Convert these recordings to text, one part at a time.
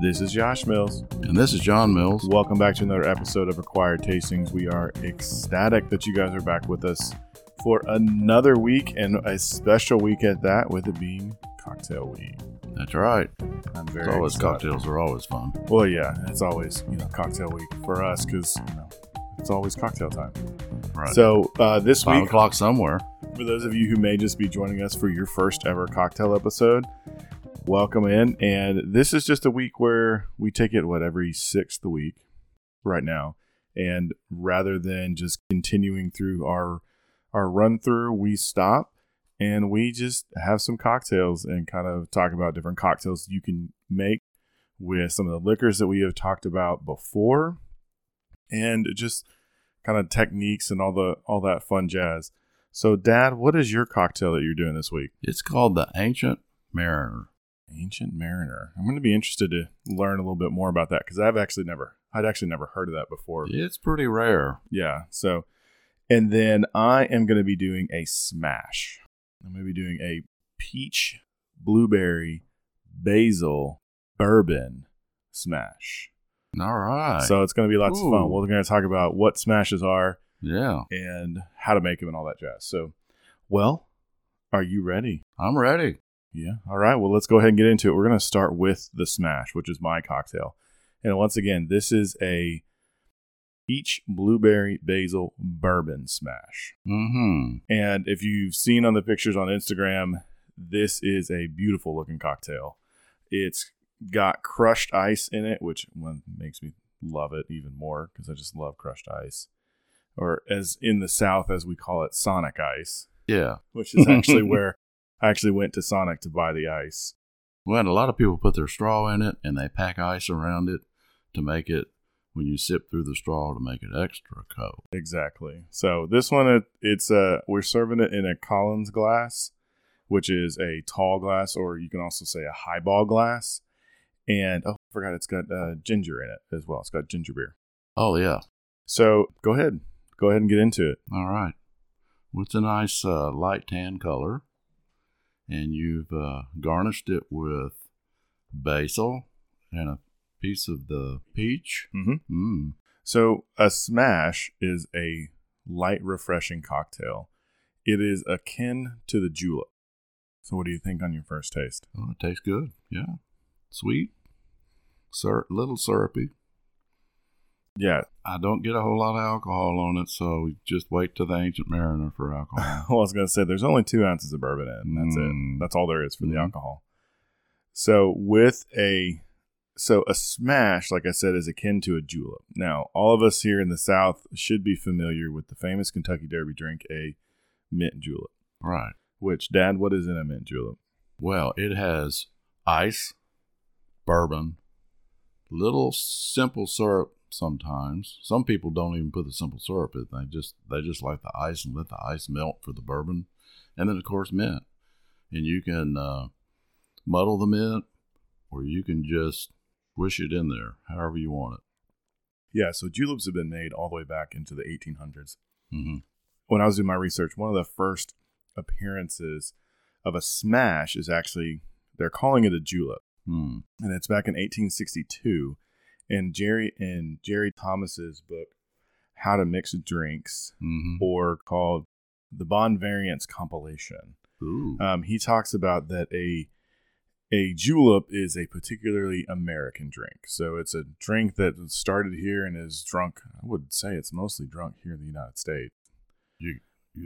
This is Josh Mills. And this is John Mills. Welcome back to another episode of Required Tastings. We are ecstatic that you guys are back with us for another week and a special week at that, with it being cocktail week. That's right. I'm very It's always excited. cocktails are always fun. Well, yeah, it's always you know cocktail week for us because you know it's always cocktail time. Right. So uh, this Five week, o'clock somewhere. For those of you who may just be joining us for your first ever cocktail episode, welcome in. And this is just a week where we take it, what, every sixth week right now. And rather than just continuing through our our run through, we stop and we just have some cocktails and kind of talk about different cocktails you can make with some of the liquors that we have talked about before and just kind of techniques and all the all that fun jazz. So, Dad, what is your cocktail that you're doing this week? It's called the Ancient Mariner. Ancient Mariner. I'm going to be interested to learn a little bit more about that because I've actually never, I'd actually never heard of that before. Yeah. It's pretty rare. So, and then I am going to be doing a smash. I'm going to be doing a peach, blueberry, basil, bourbon smash. All right. So it's going to be lots of Ooh. fun. We're going to talk about what smashes are yeah, and how to make them and all that jazz. So, well, are you ready? I'm ready. Yeah. All right. Well, let's go ahead and get into it. We're going to start with the smash, which is my cocktail. And once again, this is a peach blueberry basil bourbon smash. Mm-hmm. And if you've seen on the pictures on Instagram, this is a beautiful looking cocktail. It's got crushed ice in it, which one makes me love it even more because I just love crushed ice. Or as in the South, as we call it, Sonic ice, Yeah. which is actually where I actually went to Sonic to buy the ice. Well, and a lot of people put their straw in it and they pack ice around it to make it, when you sip through the straw, to make it extra cold. Exactly. So this one, it, it's uh we're serving it in a Collins glass, which is a tall glass, or you can also say a highball glass. And oh, I forgot it's got uh, ginger in it as well. It's got ginger beer. Oh, yeah. So go ahead, go ahead and get into it. All right. Well, it's a nice uh, light tan color, and you've uh, garnished it with basil and a piece of the peach. Mm-hmm. Mm. So a smash is a light, refreshing cocktail. It is akin to the julep. So what do you think on your first taste? Oh, it tastes good. Yeah, sweet, Sir, little syrupy. Yeah. I don't get a whole lot of alcohol on it, so just wait till the Ancient Mariner for alcohol. Well, I was gonna say there's only two ounces of bourbon in. That's it. Mm. That's all there is for Mhm. the alcohol. So with a so a smash, like I said, is akin to a julep. Now, all of us here in the South should be familiar with the famous Kentucky Derby drink, a mint julep. right. Which, Dad, what is in a mint julep? Well, it has ice, bourbon, little simple syrup sometimes. Some people don't even put the simple syrup in. They just they just like the ice and let the ice melt for the bourbon. And then of course mint. And you can uh, muddle the mint or you can just swish it in there, however you want Yeah, so juleps have been made all the way back into the 1800s. it. hmm when I was doing my research, one of the first appearances of a smash is actually they're calling it a julep, Hmm. and it's back in 1862 in Jerry in Jerry Thomas's book How to Mix Drinks, Mm-hmm. or called the Bond Variants compilation. Ooh. Um, he talks about that a a julep is a particularly American drink. So it's a drink that started here and is drunk. I would say it's mostly drunk here in the United States. you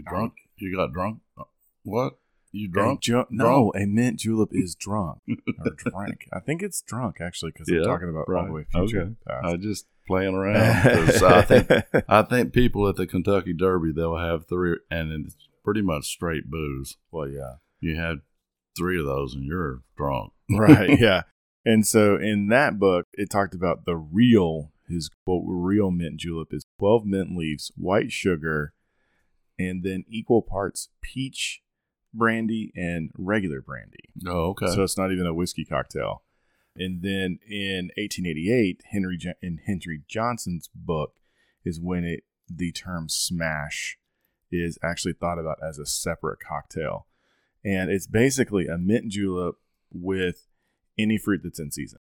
drunk? You got drunk? Uh, What? You A drunk? ju- no, a mint julep is drunk or drank. I think it's drunk actually because Yeah, I'm talking about all right. the way future. Okay. and past. I just playing around 'cause I think I think people at the Kentucky Derby they'll have three, and it's pretty much straight booze. well, yeah, You have three of those, and you're drunk. right, yeah. And so in that book, it talked about the real his quote real mint julep is twelve mint leaves, white sugar, and then equal parts peach brandy and regular brandy. Oh, okay. So it's not even a whiskey cocktail. And then in 1888, Henry jo- in Henry Johnson's book is when it the term smash is actually thought about as a separate cocktail. And it's basically a mint julep with any fruit that's in season.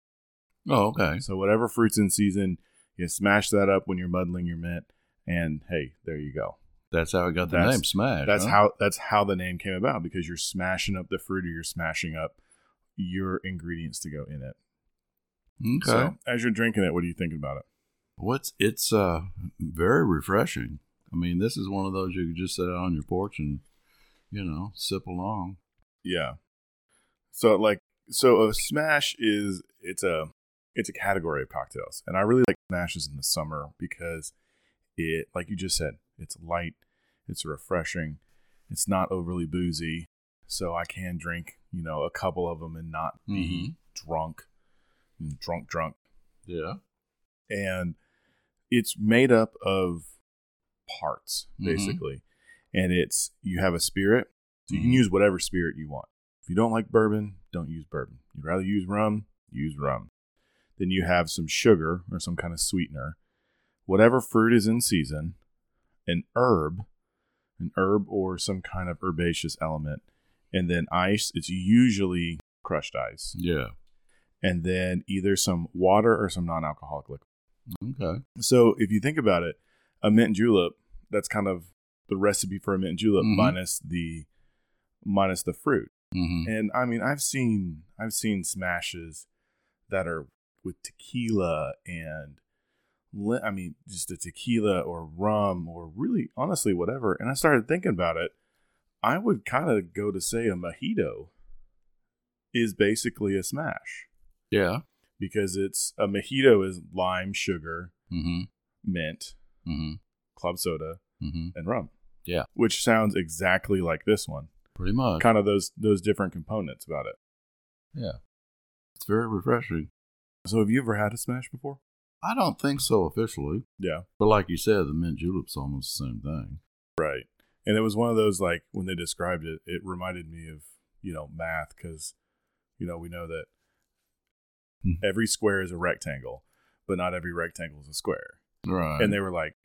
Oh, okay. So whatever fruit's in season, you smash that up when you're muddling your mint, and hey, there you go. That's how I got the That's- name Smash. That's huh? how that's how the name came about because you're smashing up the fruit or you're smashing up your ingredients to go in it. Okay. So as you're drinking it, what are you thinking about it? What's it's uh very refreshing. I mean, this is one of those you could just sit out on your porch and you know sip along. Yeah. So like so a smash is it's a it's a category of cocktails. And I really like smashes in the summer because it like you just said, it's light, it's refreshing, it's not overly boozy. So I can drink, you know, a couple of them and not be drunk, drunk drunk. Yeah. and it's made up of parts Mhm. basically and it's you have a spirit so you can Mhm. use whatever spirit you want if you don't like bourbon don't use bourbon you'd rather use rum use rum then you have some sugar or some kind of sweetener whatever fruit is in season an herb an herb or some kind of herbaceous element and then ice it's usually crushed ice Yeah. and then either some water or some non-alcoholic liquor Okay. so if you think about it, a mint julep, that's kind of the recipe for a mint julep Mhm. minus the minus the fruit. Mm-hmm. And I mean, I've seen I've seen smashes that are with tequila and li- I mean, just a tequila or rum or really honestly whatever. And I started thinking about it. I would kind of go to say a mojito is basically a smash Yeah. because it's a mojito is lime, sugar, Mm-hmm. mint, Mm-hmm. club soda, Mm-hmm. and rum. Yeah. Which sounds exactly like this one. Pretty much. Kind of those those different components about it. yeah. It's very refreshing. So have you ever had a smash before? I don't think so officially, Yeah. but like you said, the mint julep's almost the same thing. Right. And it was one of those like when they described it, it reminded me of, you know, math cuz you know, we know that Mhm. every square is a rectangle, but not every rectangle is a square. Right. And they were like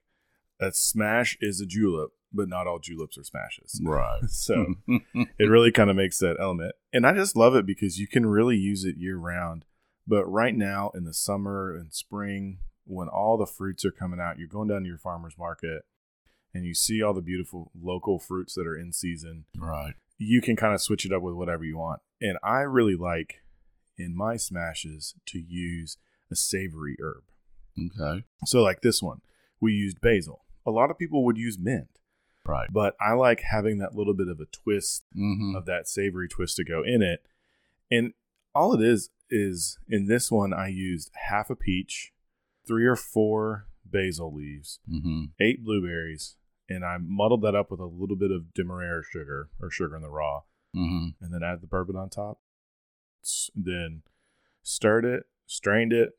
a smash is a julep, but not all juleps are smashes. right. so it really kind of makes that element and i just love it because you can really use it year round but right now in the summer and spring when all the fruits are coming out you're going down to your farmers market and you see all the beautiful local fruits that are in season right. you can kind of switch it up with whatever you want and i really like in my smashes to use a savory herb Okay. so like this one we used basil a lot of people would use mint Right. but i like having that little bit of a twist Mm-hmm. of that savory twist to go in it. And all it is is in this one, I used half a peach, three or four basil leaves, Mm-hmm. eight blueberries, and I muddled that up with a little bit of demerara sugar or sugar in the raw, Mm-hmm. and then added the bourbon on top. S- Then stirred it, strained it,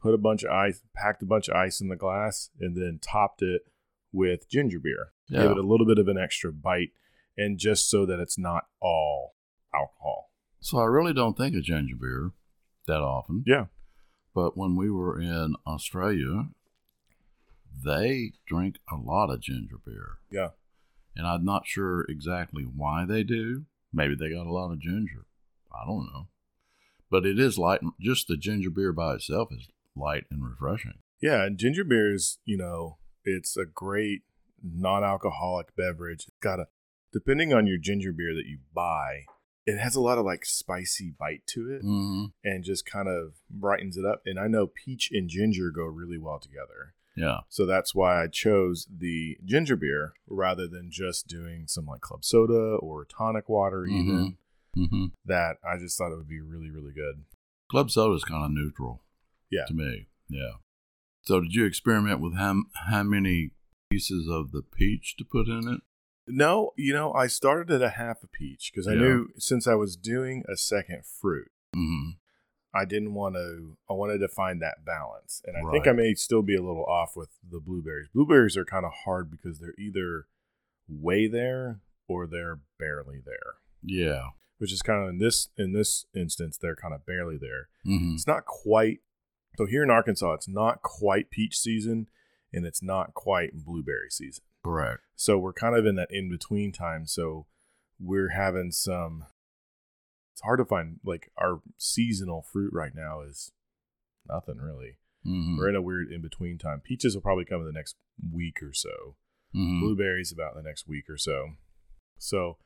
put a bunch of ice, packed a bunch of ice in the glass, and then topped it with ginger beer Yeah. give it a little bit of an extra bite and just so that it's not all alcohol So I really don't think of ginger beer that often. yeah But when we were in Australia, they drink a lot of ginger beer. Yeah. And I'm not sure exactly why they do. Maybe they got a lot of ginger. I don't know. But it is light. and- Just the ginger beer by itself is light and refreshing. yeah and ginger beer is you know it's a great non-alcoholic beverage it's got a depending on your ginger beer that you buy it has a lot of like spicy bite to it Mm-hmm. and just kind of brightens it up and i know peach and ginger go really well together Yeah. so that's why i chose the ginger beer rather than just doing some like club soda or tonic water even Mm-hmm. that i just thought it would be really really good Club soda is kind of neutral. Yeah. To me. Yeah. So did you experiment with how, how many pieces of the peach to put in it? No, you know, I started at a half a peach because I Yeah. knew since I was doing a second fruit, Mm-hmm. I didn't want to. I wanted to find that balance, and I think I Right. may still be a little off with the blueberries. Blueberries are kind of hard because they're either way there or they're barely there, Yeah. which is kind of in this in this instance they're kind of barely there. Mm-hmm. It's not quite. So here in Arkansas, it's not quite peach season, and it's not quite blueberry season. Correct. So we're kind of in that in between time. So we're having some. It's hard to find like our seasonal fruit right now is nothing really. Mm-hmm. We're in a weird in between time. Peaches will probably come in the next week or so. Mm-hmm. Blueberries about the next week or so. So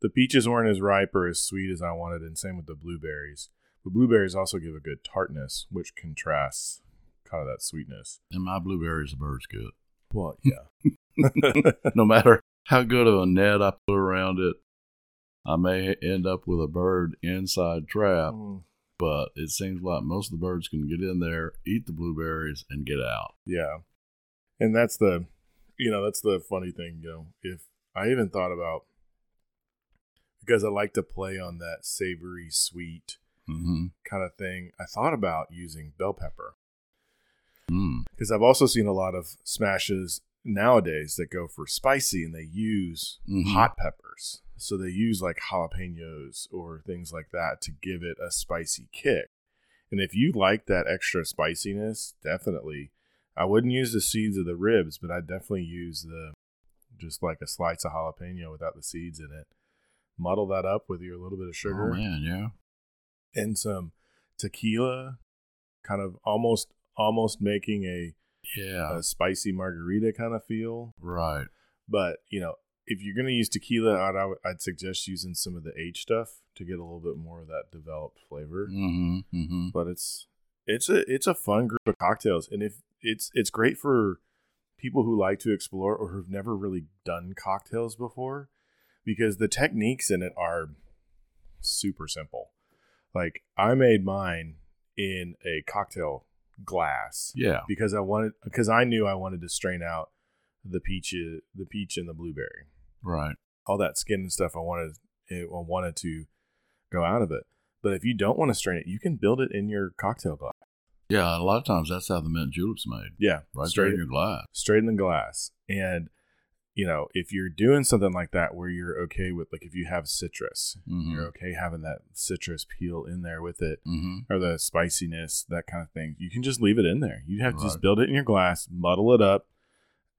the peaches weren't as ripe or as sweet as I wanted, and same with the blueberries. But blueberries also give a good tartness, which contrasts kind of that sweetness. And my blueberries, the bird's good. Well, yeah. no matter how good of a net I put around it, I may end up with a bird inside trap. Mm. But it seems like most of the birds can get in there, eat the blueberries, and get out. Yeah. And that's the you know, that's the funny thing, you know, if I even thought about because I like to play on that savory sweet Mm-hmm. kind of thing, I thought about using bell pepper Mm. because I've also seen a lot of smashes nowadays that go for spicy and they use Mhm. hot peppers. So they use like jalapenos or things like that to give it a spicy kick. And if you like that extra spiciness, definitely I wouldn't use the seeds of the ribs, but I'd definitely use the just like a slice of jalapeno without the seeds in it. Muddle that up with your little bit of sugar Oh, man, yeah. and some tequila, kind of almost almost making a Yeah. a spicy margarita kind of feel. right. But you know, if you're gonna use tequila, I'd, I would- I'd suggest using some of the aged stuff to get a little bit more of that developed flavor. Mm-hmm. Mm-hmm. But it's it's a it's a fun group of cocktails, and if it's it's great for people who like to explore or who've never really done cocktails before, because the techniques in it are super simple. Like I made mine in a cocktail glass Yeah. because I wanted because I knew I wanted to strain out the peach the peach and the blueberry Right. all that skin and stuff I wanted it, I wanted to go out of it but if you don't want to strain it you can build it in your cocktail glass Yeah. A lot of times that's how the mint julep's made. yeah Right there straight in your glass. straight in the glass and you know if you're doing something like that where you're okay with like if you have citrus Mm-hmm. you're okay having that citrus peel in there with it Mm-hmm. or the spiciness, that kind of thing. You can just leave it in there. You have to just Right. build it in your glass, muddle it up,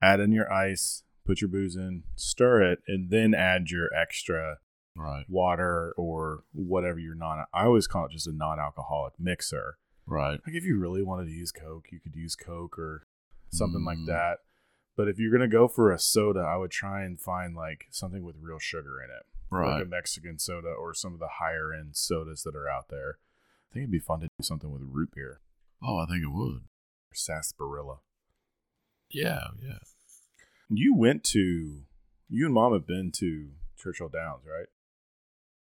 add in your ice, put your booze in, stir it, and then add your extra Right. water or whatever your non. I always call it just a non-alcoholic mixer. Right. Like if you really wanted to use Coke, you could use Coke or something like Mm. that. But if you're gonna go for a soda, I would try and find like something with real sugar in it like Right. a Mexican soda or some of the higher end sodas that are out there. I think it'd be fun to do something with root beer Oh, I think it would. or sarsaparilla. Yeah. Yeah. You went to, you and mom have been to Churchill Downs, right?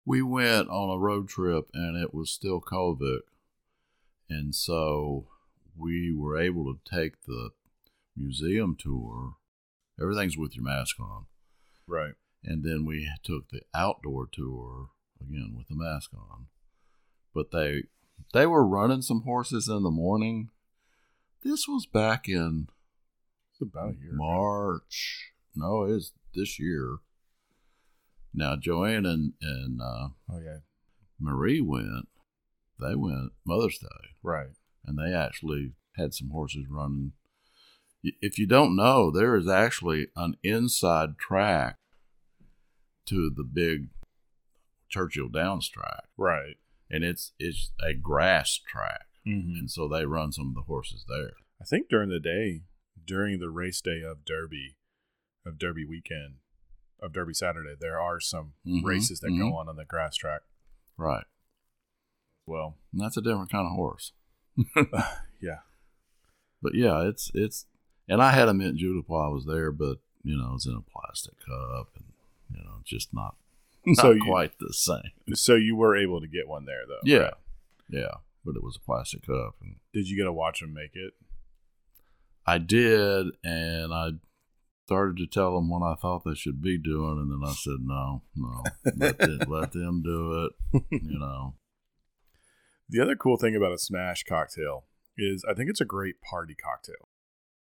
we went on a road trip and it was still COVID. And so we were able to take the museum tour. Everything's with your mask on. Right. And then we took the outdoor tour again with the mask on. But they they were running some horses in the morning. This was back in It's about a year. March. No, it's this year. Now Joanne and, and uh Oh, yeah. Marie went, they went Mother's Day, Right. and they actually had some horses running. Y- If you don't know, there is actually an inside track to the big Churchill Downs track, Right. and it's it's a grass track, Mm-hmm. and so they run some of the horses there. I think during the day, during the race day of Derby, of Derby weekend, of Derby Saturday, there are some Mhm, races that mhm. go on on the grass track Right, as well. and that's a different kind of horse. Yeah. But yeah, it's it's, and I had a mint julep while I was there, but you know it's in a plastic cup, and you know just not not So you- quite the same. So you were able to get one there, though. Yeah, right? yeah, but it was a plastic cup, and Did you get to watch him make it? I did, and I started to tell them what I thought they should be doing, and then I said, no, no, let them, let them do it, you know. The other cool thing about a smash cocktail is I think it's a great party cocktail.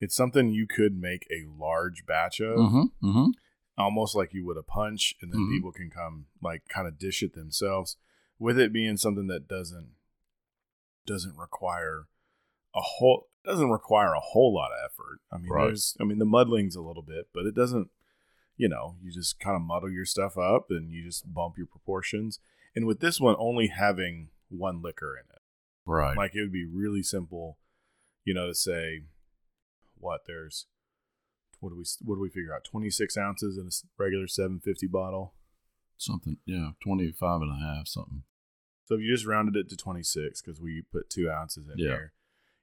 It's something you could make a large batch of, Mm-hmm, mm-hmm. almost like you would a punch, and then Mhm. people can come like kind of dish it themselves. With it being something that doesn't doesn't require a whole doesn't require a whole lot of effort. I mean, Right. there's I mean the muddling's a little bit, but it doesn't. You know, you just kind of muddle your stuff up and you just bump your proportions. And with this one, only having one liquor in it Right. Like it would be really simple, you know, to say what there's what do we what do we figure out? 26 ounces in a s- regular 750 bottle. something, yeah, 25 and a half, something. So if you just rounded it to 26 because we put two ounces in Yeah. here,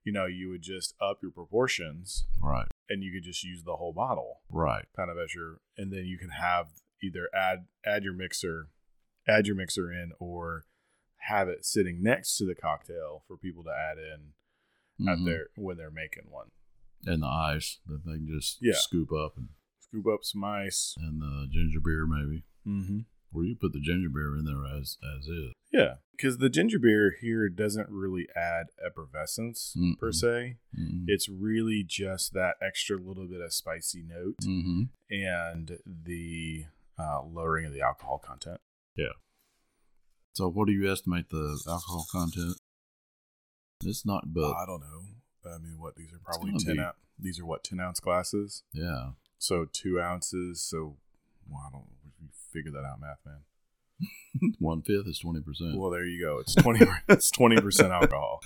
you know, you would just up your proportions Right. and you could just use the whole bottle Right. kind of as your and then you can have either add add your mixer add your mixer in or have it sitting next to the cocktail for people to add in at Mhm. their when they're making one. And the ice that they can just Yeah. scoop up and, Scoop up some ice. and the ginger beer, maybe. Mm-hmm. Or you put the ginger beer in there as as is. Yeah, because the ginger beer here doesn't really add effervescence per Mm-mm. se. Mm-hmm. It's really just that extra little bit of spicy note mm-hmm. and the uh, lowering of the alcohol content. So, what do you estimate the alcohol content? It's not, but I don't know. I mean, what these are probably gonna ten. be- Ou- these are what ten ounce glasses. yeah, So two ounces. So well, I don't. We figure that out, math man. one fifth is twenty percent. Well, there you go. It's twenty. it's twenty percent alcohol.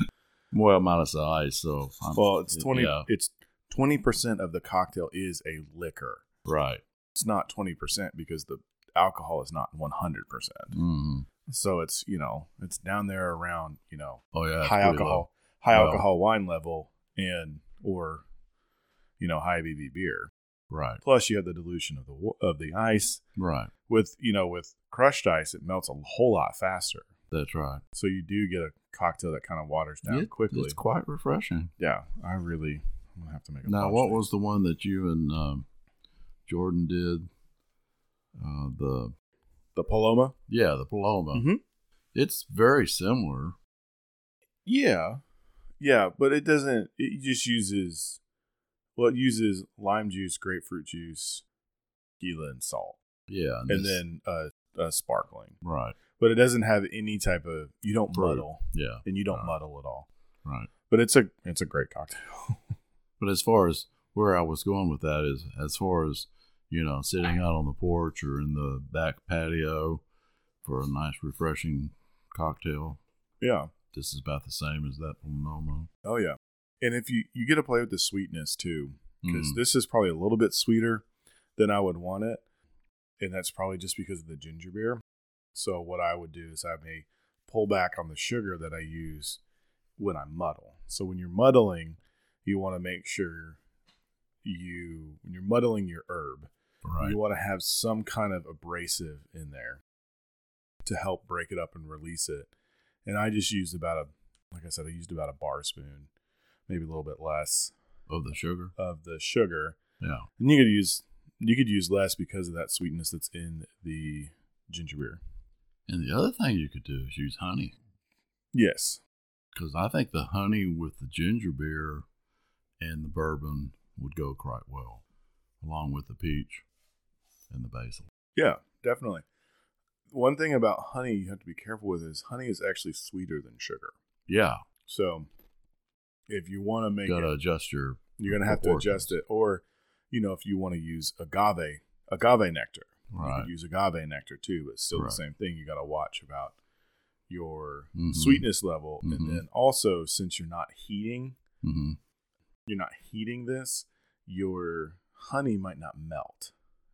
Well, minus the ice, so I'm, Well, it's twenty. Um, Yeah, It's twenty percent of the cocktail is a liquor. right. It's not twenty percent because the alcohol is not one hundred percent. Mm. So it's you know it's down there around you know Oh yeah, it's high pretty alcohol high Well- alcohol wine level and or you know high ABV beer. low. Right, Plus you have the dilution of the wa- of the ice right. with you know with crushed ice it melts a whole lot faster. That's right. So you do get a cocktail that kind of waters down It- quickly. It's quite refreshing. yeah, I really I'm gonna have to make a Now, watch what day. was the one that you and um, Jordan did? Uh, the the Paloma? yeah, the Paloma. Mhm. It's very similar. Yeah, yeah, but it doesn't. It just uses well, it uses lime juice, grapefruit juice, tequila, and salt, Yeah, and this- then uh, uh sparkling. right. But it doesn't have any type of. You don't Fruit. muddle, Yeah, and you don't Uh. muddle at all. right. But it's a it's a great cocktail. But as far as where I was going with that is, as far as you know, sitting out on the porch or in the back patio for a nice, refreshing cocktail, Yeah. this is about the same as that Paloma. Oh yeah. And if you you get to play with the sweetness too, because Mm. this is probably a little bit sweeter than I would want it. And that's probably just because of the ginger beer. So, what I would do is I may pull back on the sugar that I use when I muddle. So, when you're muddling, you want to make sure you, when you're muddling your herb, right, you want to have some kind of abrasive in there to help break it up and release it. And I just used about a, like I said, I used about a bar spoon, maybe a little bit less of the sugar. of the sugar Yeah, and you could use you could use less because of that sweetness that's in the ginger beer. and the other thing you could do is use honey. Yes. because I think the honey with the ginger beer and the bourbon would go quite well, along with the peach and the basil. Yeah, definitely. One thing about honey you have to be careful with is honey is actually sweeter than sugar. Yeah, So if you want to make got to it, adjust your. you're going to have to proportions. adjust it or you know if you want to use agave, agave nectar. You Right. could use agave nectar too, but still Right. the same thing. You got to watch about your Mhm. sweetness level Mhm. and then also since you're not heating hmm you're not heating this, your honey might not melt.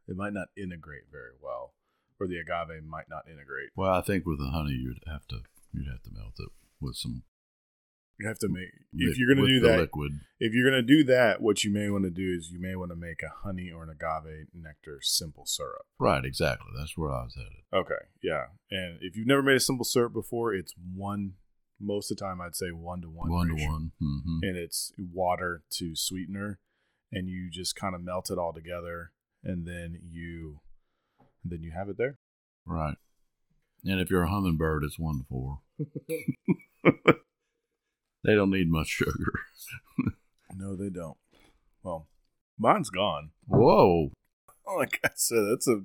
It might not integrate very well, or the agave might not integrate. Well, I think with the honey, you'd have to you'd have to melt it with some. You have to make liq- if you're going with to do the that. liquid. If you're going to do that, what you may want to do is you may want to make a honey or an agave nectar simple syrup. Right, exactly. That's where I was headed. Okay, yeah. And if you've never made a simple syrup before, it's one. Most of the time, I'd say one to one. One to ratio. one. hmm and it's water to sweetener and you just kind of melt it all together and then you then you have it there Right. And if you're a hummingbird, it's one to four. they don't need much sugar. no they don't well mine's gone Whoa. like i said that's a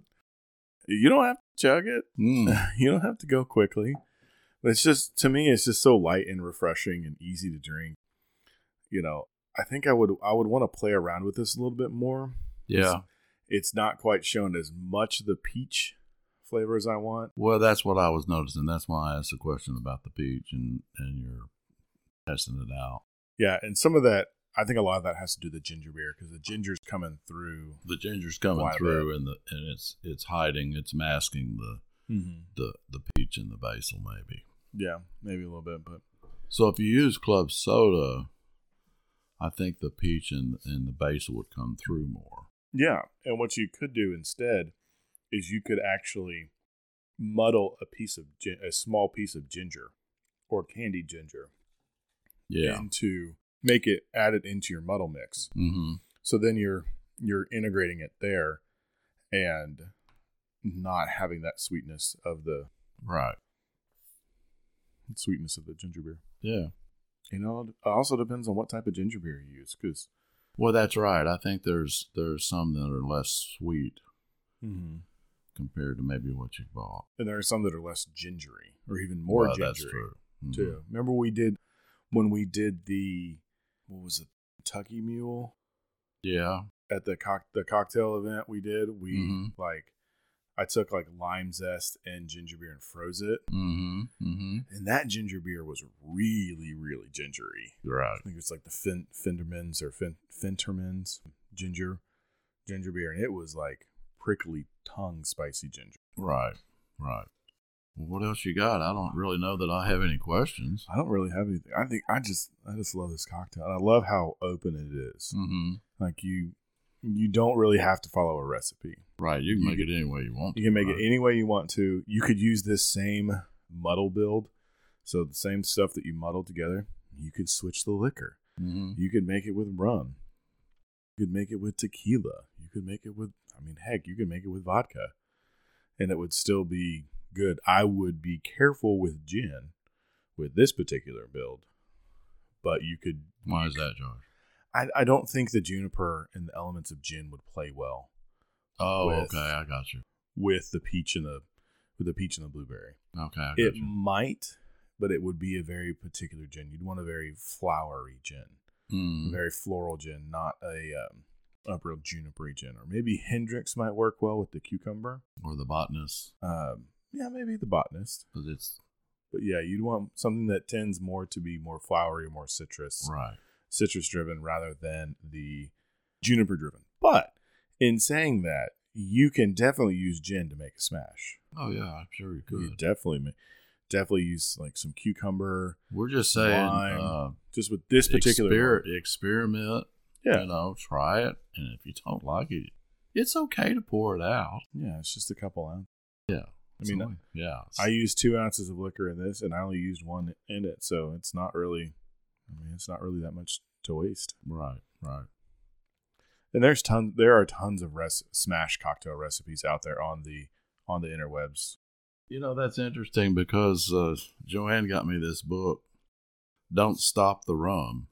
you don't have to chug it Mm. you don't have to go quickly but it's just to me it's just so light and refreshing and easy to drink you know i think i would i would want to play around with this a little bit more Yeah. it's not quite showing as much of the peach flavor as i want Well, that's what I was noticing. That's why I asked the question about the peach and, and your testing it out. Yeah, and some of that, I think a lot of that has to do with the ginger beer because the ginger's coming through. The ginger's coming Quite a through, and the and it's it's hiding, it's masking the the the peach and the basil maybe. Yeah, maybe a little bit, but So if you use club soda, I think the peach and and the basil would come through more. yeah. And what you could do instead is you could actually muddle a piece of gin- a small piece of ginger or candied ginger Yeah. into make it add it into your muddle mix. Mm-hmm. So then you're you're integrating it there and not having that sweetness of the Right. sweetness of the ginger beer. Yeah. You know, it also depends on what type of ginger beer you use because Well, that's right. I think there's there's some that are less sweet Mm-hmm. compared to maybe what you bought. and there are some that are less gingery or even more Well, gingery That's true. Mhm. too. Remember we did when we did the what was it Kentucky Mule Yeah. at the cock the cocktail event we did. We Mhm. like I took like lime zest and ginger beer and froze it, Mm-hmm. Mm-hmm. and that ginger beer was really really gingery. Right. I think it's like the fin- Fendermans or fin- Fentermans ginger ginger beer, and it was like prickly tongue spicy ginger. Right. Right. Well, what else you got? I don't really know that I have any questions. I don't really have anything. I think I just I just love this cocktail. And I love how open it is. Mm-hmm. Like you you don't really have to follow a recipe. Right. You can You make it any way you want. You can make right? it any way you want to. You could use this same muddle build. So the same stuff that you muddle together, you could switch the liquor. Mm-hmm. You could make it with rum. You could make it with tequila. You could make it with, I mean, heck, you could make it with vodka. And it would still be good. I would be careful with gin with this particular build, but you could. Why is that, Josh? I, I don't think the juniper and the elements of gin would play well Oh, With- okay. I got you. with the peach and the with the peach and the blueberry. Okay. I got It you. might, but it would be a very particular gin. You'd want a very flowery gin. Mm. very floral gin, not a um, a real juniper gin. Or maybe Hendrix might work well with the cucumber. Or the botanist, Um, yeah, maybe the botanist. because it's But yeah, you'd want something that tends more to be more flowery, more citrus, right. citrus driven rather than the juniper driven. But in saying that, you can definitely use gin to make a smash. Oh yeah, I'm sure you You could. definitely ma- definitely use like some cucumber We're just saying, Lime. uh, just with this particular one. exper- experiment. Yeah. You know, try it, and if you don't like it, it's okay to pour it out. Yeah, it's just a couple ounces. Yeah. I mean, It's- yeah. I used two ounces of liquor in this, and I only used one in it, so it's not really. I mean, it's not really that much to waste. right, right. And there's tons. There are tons of res- smash cocktail recipes out there on the on the interwebs. You know, that's interesting because uh, Joanne got me this book, Don't Stop the Rum.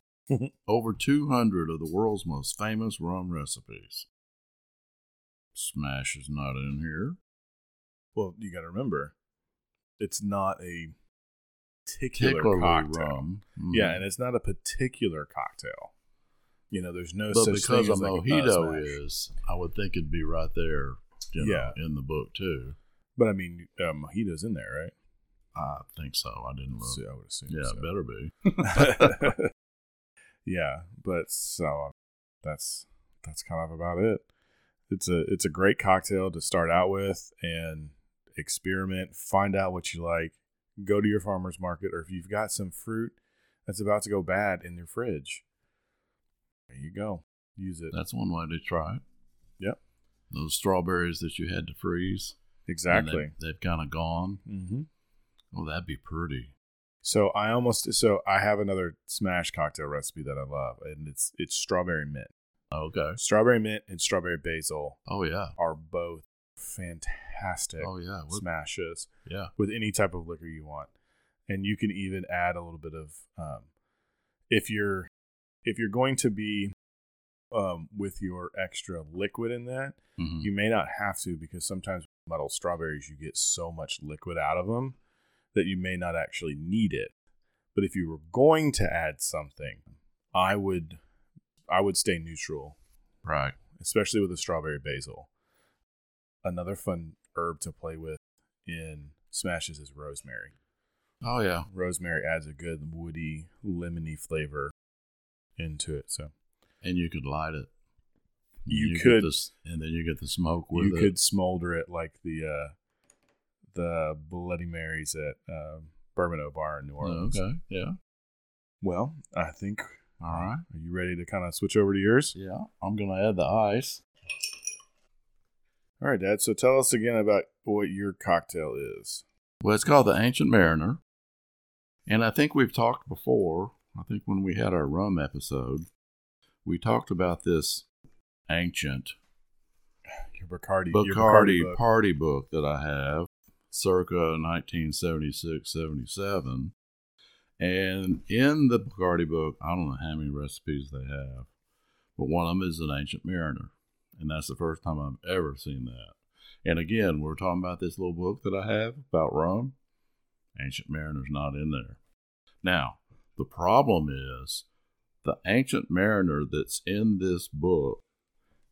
Over 200 of the world's most famous rum recipes. Smash is not in here. Well, you got to remember, it's not a particular Particularly cocktail. rum. Mhm. Yeah, and it's not a particular cocktail. You know, there's no but such because thing a as like mojito smash. is, I would think it'd be right there, you know, in the book too. But I mean, uh, mojito's in there, right? I think so. I didn't look. So I would assume. yeah, so. it better be. yeah, but so um, that's that's kind of about it. It's a it's a great cocktail to start out with and experiment, find out what you like. Go to your farmer's market, or if you've got some fruit that's about to go bad in your fridge, there you go. Use it That's one way to try it. Yep. Those strawberries that you had to freeze. and they- exactly. they've kind of gone. Mm-hmm. Oh, that'd be pretty. So I almost so I have another smash cocktail recipe that I love, and it's it's strawberry mint, Okay. strawberry mint, and strawberry basil. Oh yeah. are both fantastic Oh yeah. What- smashes yeah. with any type of liquor you want and you can even add a little bit of um, if you're if you're going to be um, with your extra liquid in that Mhm. you may not have to because sometimes with muddle strawberries you get so much liquid out of them that you may not actually need it but if you were going to add something i would i would stay neutral Right. especially with the strawberry basil. Another fun herb to play with in smashes is rosemary. Oh yeah. Rosemary adds a good woody, lemony flavor into it. So And you could light it. You get could- this, and then you get the smoke with you it. Oh, could smolder it like the uh, the Bloody Marys at um, Bourbon Bar in New Oh, Orleans. okay. Yeah. Well, I think. All right. Are you ready to kind of switch over to yours? Yeah. I'm gonna add the ice. All right, Dad. So tell us again about what your cocktail is. Well, it's called the Ancient Mariner. And I think we've talked before, I think when we had our rum episode, we talked about this ancient Your Bacardi. your Bacardi, book. party book that I have, circa 1976 77. And in the Bacardi book, I don't know how many recipes they have, but one of them is an ancient mariner. And that's the first time I've ever seen that. And again, we're talking about this little book that I have about rum. Ancient mariner's not in there. Now, the problem is the ancient mariner that's in this book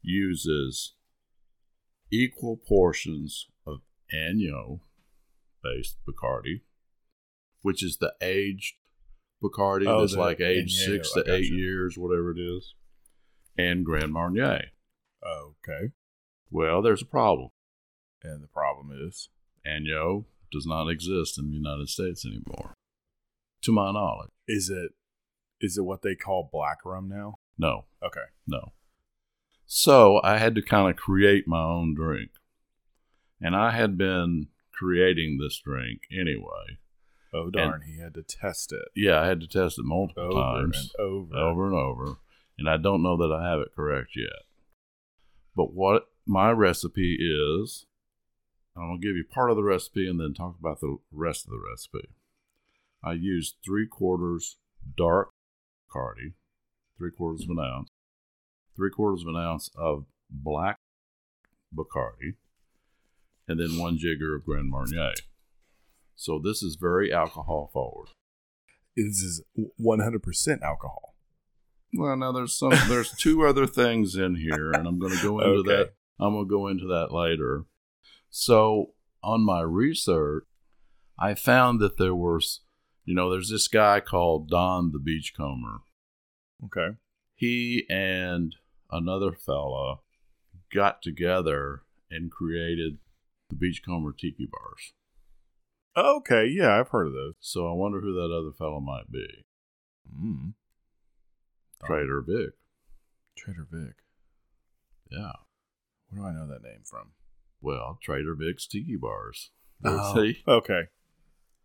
uses equal portions of Año based Bacardi, which is the aged Bacardi Oh, that's the like age Añejo, six I to eight gotcha. years, whatever it is, and Grand Marnier. Oh, Okay. Well, there's a problem. And the problem is, Año does not exist in the United States anymore, to my knowledge. is it is it what they call black rum now? No, Okay. No. So I had to kind of create my own drink. And I had been creating this drink anyway. Oh darn, he had to test it Yeah, I had to test it multiple over times, and over. over and over. And I don't know that I have it correct yet. But what my recipe is, I'm going to give you part of the recipe and then talk about the rest of the recipe. I used three quarters dark Cardi, three quarters of an ounce, three quarters of an ounce of black Bacardi, and then one jigger of Grand Marnier. So this is very alcohol forward. This is one hundred percent alcohol. Well, now there's some there's two other things in here, and I'm going to go into Okay. that. I'm going to go into that later. So on my research, I found that there was, you know, there's this guy called Don the Beachcomber. Okay. He and another fella got together and created the Beachcomber Tiki bars. Okay. Yeah, I've heard of those. So I wonder who that other fella might be. Mm. Oh. Trader Vic. Trader Vic. Yeah. Where do I know that name from? Well, Trader Vic's Tiki bars. Oh. See? Okay.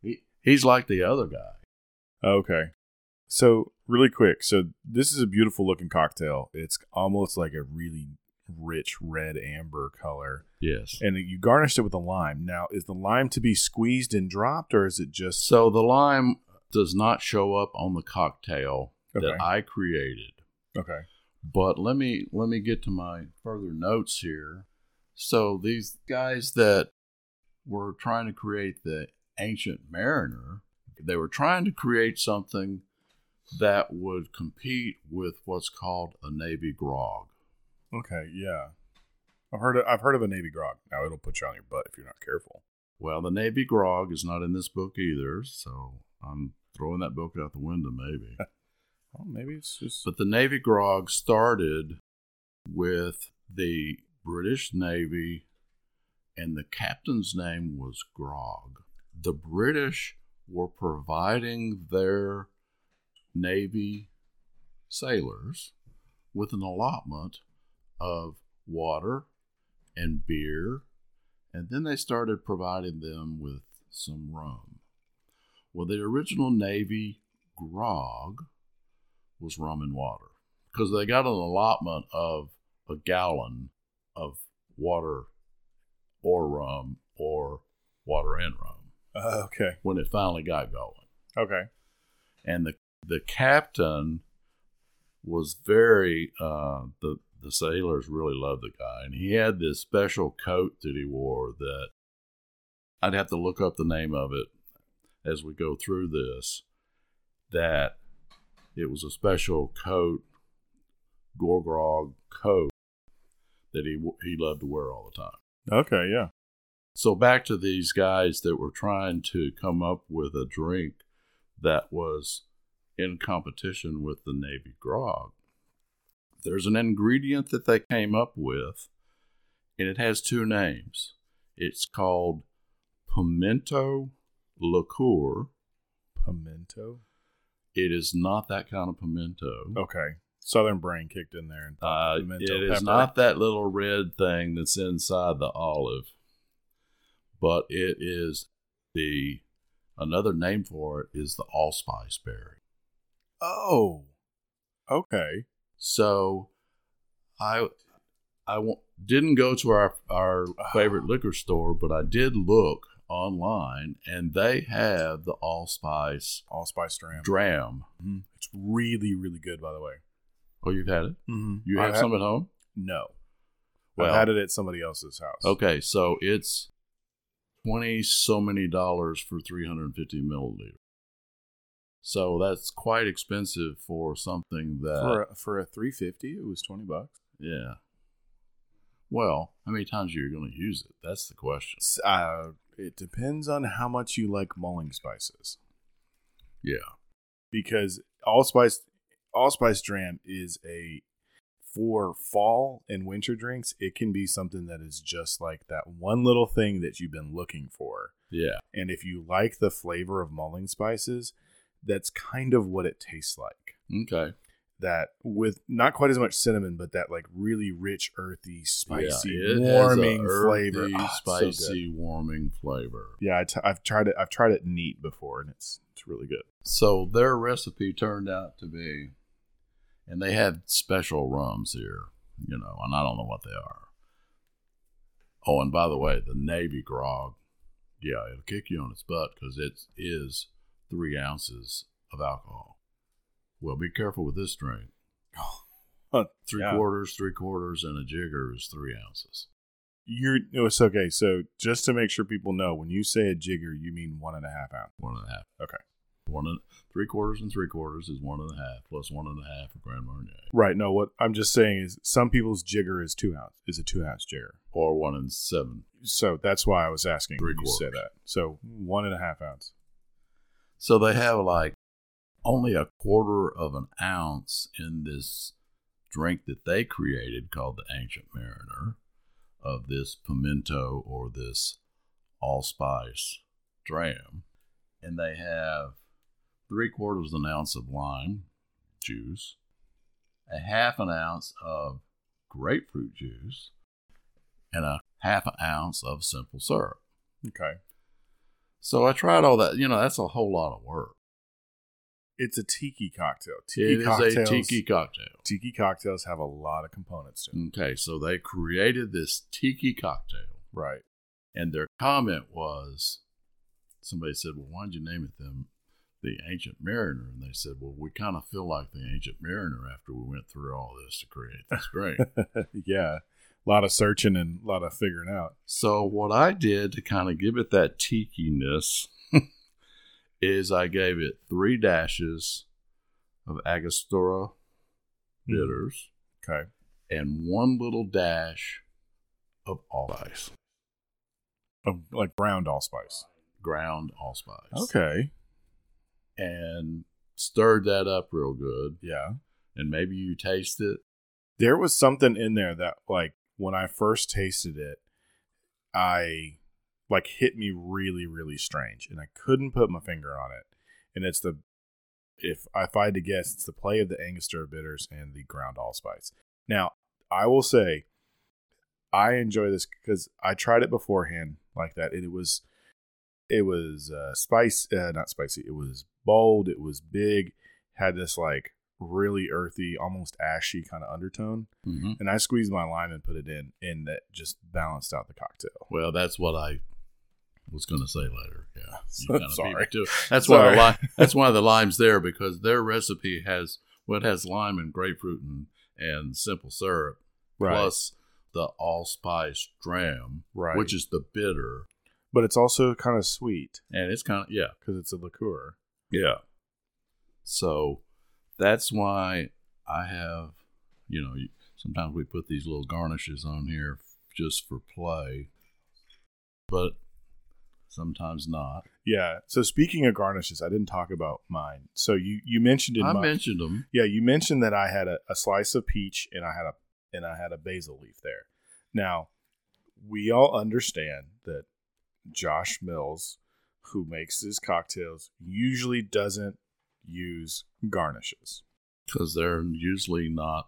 He, he's like the other guy. Okay. So, really quick. So, this is a beautiful looking cocktail. It's almost like a really rich red amber color. Yes. And you garnished it with a lime. Now, is the lime to be squeezed and dropped, or is it just. So the lime does not show up on the cocktail Okay. that I created. Okay. But let me let me get to my further notes here. So these guys that were trying to create the ancient mariner, they were trying to create something that would compete with what's called a navy grog. Okay. Yeah. I've heard of, I've heard of a Navy grog. Now, it'll put you on your butt if you're not careful. Well, the navy grog is not in this book either, so I'm throwing that book out the window maybe. Well, maybe it's just. But the Navy grog started with the British Navy, and the captain's name was Grog. The British were providing their Navy sailors with an allotment of water and beer, and then they started providing them with some rum. Well, the original Navy grog was rum and water because they got an allotment of a gallon of water or rum or water and rum Uh, okay. when it finally got going. Okay. And the, the captain was very, uh, the, the sailors really loved the guy. And he had this special coat that he wore that I'd have to look up the name of it as we go through this. That it was a special coat, Gorgrog coat, that he, w- he loved to wear all the time. Okay. Yeah. So back to these guys that were trying to come up with a drink that was in competition with the Navy grog. There's an ingredient that they came up with, and it has two names. It's called pimento liqueur. Pimento. It is not that kind of pimento. Okay. Southern brain kicked in there. And Uh, thought it pimento is pepper. not that little red thing that's inside the olive, but it is the another name for it is the allspice berry. Oh. Okay. So, I I w- didn't go to our our favorite liquor store, but I did look online, and they have the allspice Allspice dram. dram. Mhm. It's really, really good, by the way. Oh, you've had it. Mm-hmm. You have some at home. No. Well- I had it at somebody else's house. Okay, so it's twenty so many dollars for three hundred and fifty milliliters. So that's quite expensive for something that For a, for a three fifty, it was twenty bucks. yeah. Well, how many times are you going to use it? That's the question. S- Uh, it depends on how much you like mulling spices. Yeah. because allspice allspice dram is a for fall and winter drinks. It can be something that is just like that one little thing that you've been looking for. Yeah. And if you like the flavor of mulling spices, that's kind of what it tastes like. Okay. That with not quite as much cinnamon, but that like really rich, earthy, spicy, Yeah, it has a warming earthy, flavor. Ah, it's so good. spicy, warming flavor. Yeah, I t- I've tried it. I've tried it neat before, and it's it's really good. So their recipe turned out to be, and they have special rums here, you know, and I don't know what they are. Oh, and by the way, the Navy grog, yeah, it'll kick you on its butt because it is three ounces of alcohol. Well, be careful with this drink. Huh, Three yeah. quarters, three quarters, and a jigger is three ounces. You're no, it's okay. So just to make sure people know, when you say a jigger, you mean one and a half ounce. One and a half. Okay. One and three quarters and three quarters is one and a half plus one and a half of Grand Marnier. Right. No, what I'm just saying is some people's jigger is two ounce is a two ounce jigger. Or one and seven So that's why I was asking Three when you say quarters. that. So one and a half ounce. So they have like only a quarter of an ounce in this drink that they created called the Ancient Mariner of this pimento or this allspice dram. And they have three quarters of an ounce of lime juice, a half an ounce of grapefruit juice, and a half an ounce of simple syrup. Okay. So I tried all that. You know, that's a whole lot of work. It's a tiki cocktail. Tiki It is cocktails. a tiki cocktail. tiki cocktails have a lot of components to them. Okay, so they created this tiki cocktail, Right. and their comment was somebody said, Well, why'd you name it them the Ancient Mariner? And they said, Well, we kind of feel like the Ancient Mariner after we went through all this to create this drink. yeah. A lot of searching and a lot of figuring out. so, what I did to kind of give it that tiki ness is I gave it three dashes of Angostura Hmm. bitters. Okay. and one little dash of allspice, Oh, like ground allspice. ground allspice. Okay. And stirred that up real good. Yeah. And maybe you taste it. there was something in there that like when I first tasted it, I like hit me really really strange, and I couldn't put my finger on it. And it's the if if I had to guess, it's the play of the Angostura bitters and the ground allspice. Now I will say, I enjoy this because I tried it beforehand like that, and it was it was uh, spice uh, not spicy. It was bold. It was big. Had this like really earthy, almost ashy kind of undertone. Mm-hmm. And I squeezed my lime and put it in, and that just balanced out the cocktail. Well, that's what I was going to say later. Yeah. You I'm kinda beat sorry. me to it. That's why the Sorry. lime, that's why the lime's there because their recipe has what has lime and grapefruit and, and simple syrup plus the allspice dram, right. which is the bitter, but it's also kind of sweet and it's kind of yeah. because it's a liqueur. Yeah. So that's why I have, you know, you- sometimes we put these little garnishes on here just for play. but sometimes not. Yeah. So speaking of garnishes, I didn't talk about mine. So you you mentioned in I my, mentioned them. yeah you mentioned that I had a, a slice of peach and I had a and I had a basil leaf there. Now we all understand that Josh Mills, who makes his cocktails, usually doesn't use garnishes. because they're usually not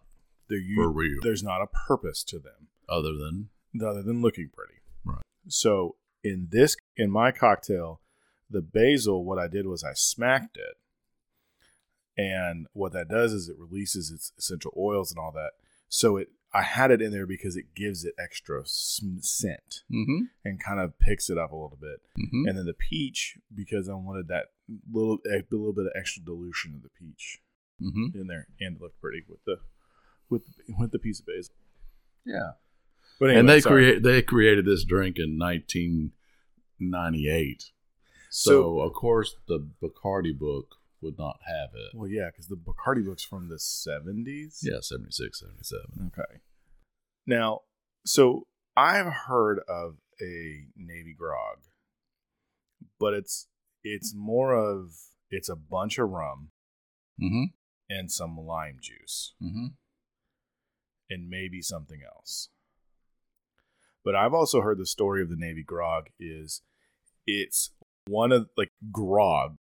They're u- for real, there's not a purpose to them other than other than looking pretty. Right. So in this in my cocktail, the basil, what I did was I smacked it. And what that does is it releases its essential oils and all that. So it I had it in there because it gives it extra sm- scent mm-hmm. and kind of picks it up a little bit. Mm-hmm. And then the peach because I wanted that little e, a little bit of extra dilution of the peach Mm-hmm. in there and it looked pretty with the with with the piece of basil. yeah. But anyway, and they sorry. create they created this drink in 1998, so, of course the Bacardi book would not have it. Well, yeah, because the Bacardi book's from the 70s. Yeah, 76, 77. Okay. Now, so I've heard of a Navy grog, but it's it's more of it's a bunch of rum Mm-hmm. and some lime juice Mm-hmm. and maybe something else. But I've also heard the story of the Navy grog is it's one of like grog.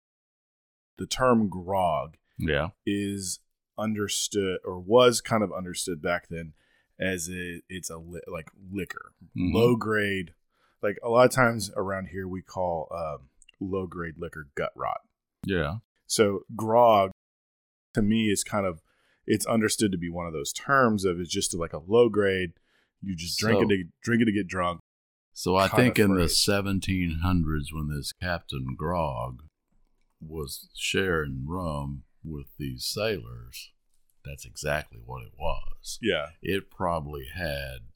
The term grog Yeah. is understood or was kind of understood back then as a, it's a li- like liquor, Mhm. low grade. Like a lot of times around here, we call um, low grade liquor gut rot. Yeah. So grog, to me, is kind of it's understood to be one of those terms of it's just like a low grade. You just drink So- it to drink it to get drunk. So I Kind think of in the phrase. 1700s, when this Captain Grog was sharing rum with these sailors, that's exactly what it was. Yeah, It probably had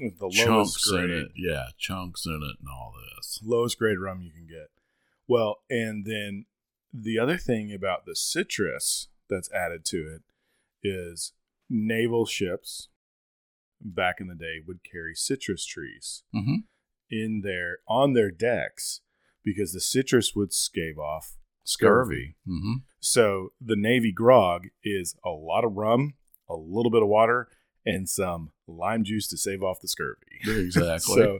with the lowest chunks in grade, it. Yeah, chunks in it and all this. lowest grade rum you can get. Well, and then the other thing about the citrus that's added to it is naval ships back in the day would carry citrus trees Mm-hmm. in their on their decks because the citrus would scave off Scurvy. Mm-hmm. So the navy grog is a lot of rum, a little bit of water, and some lime juice to save off the scurvy. Exactly.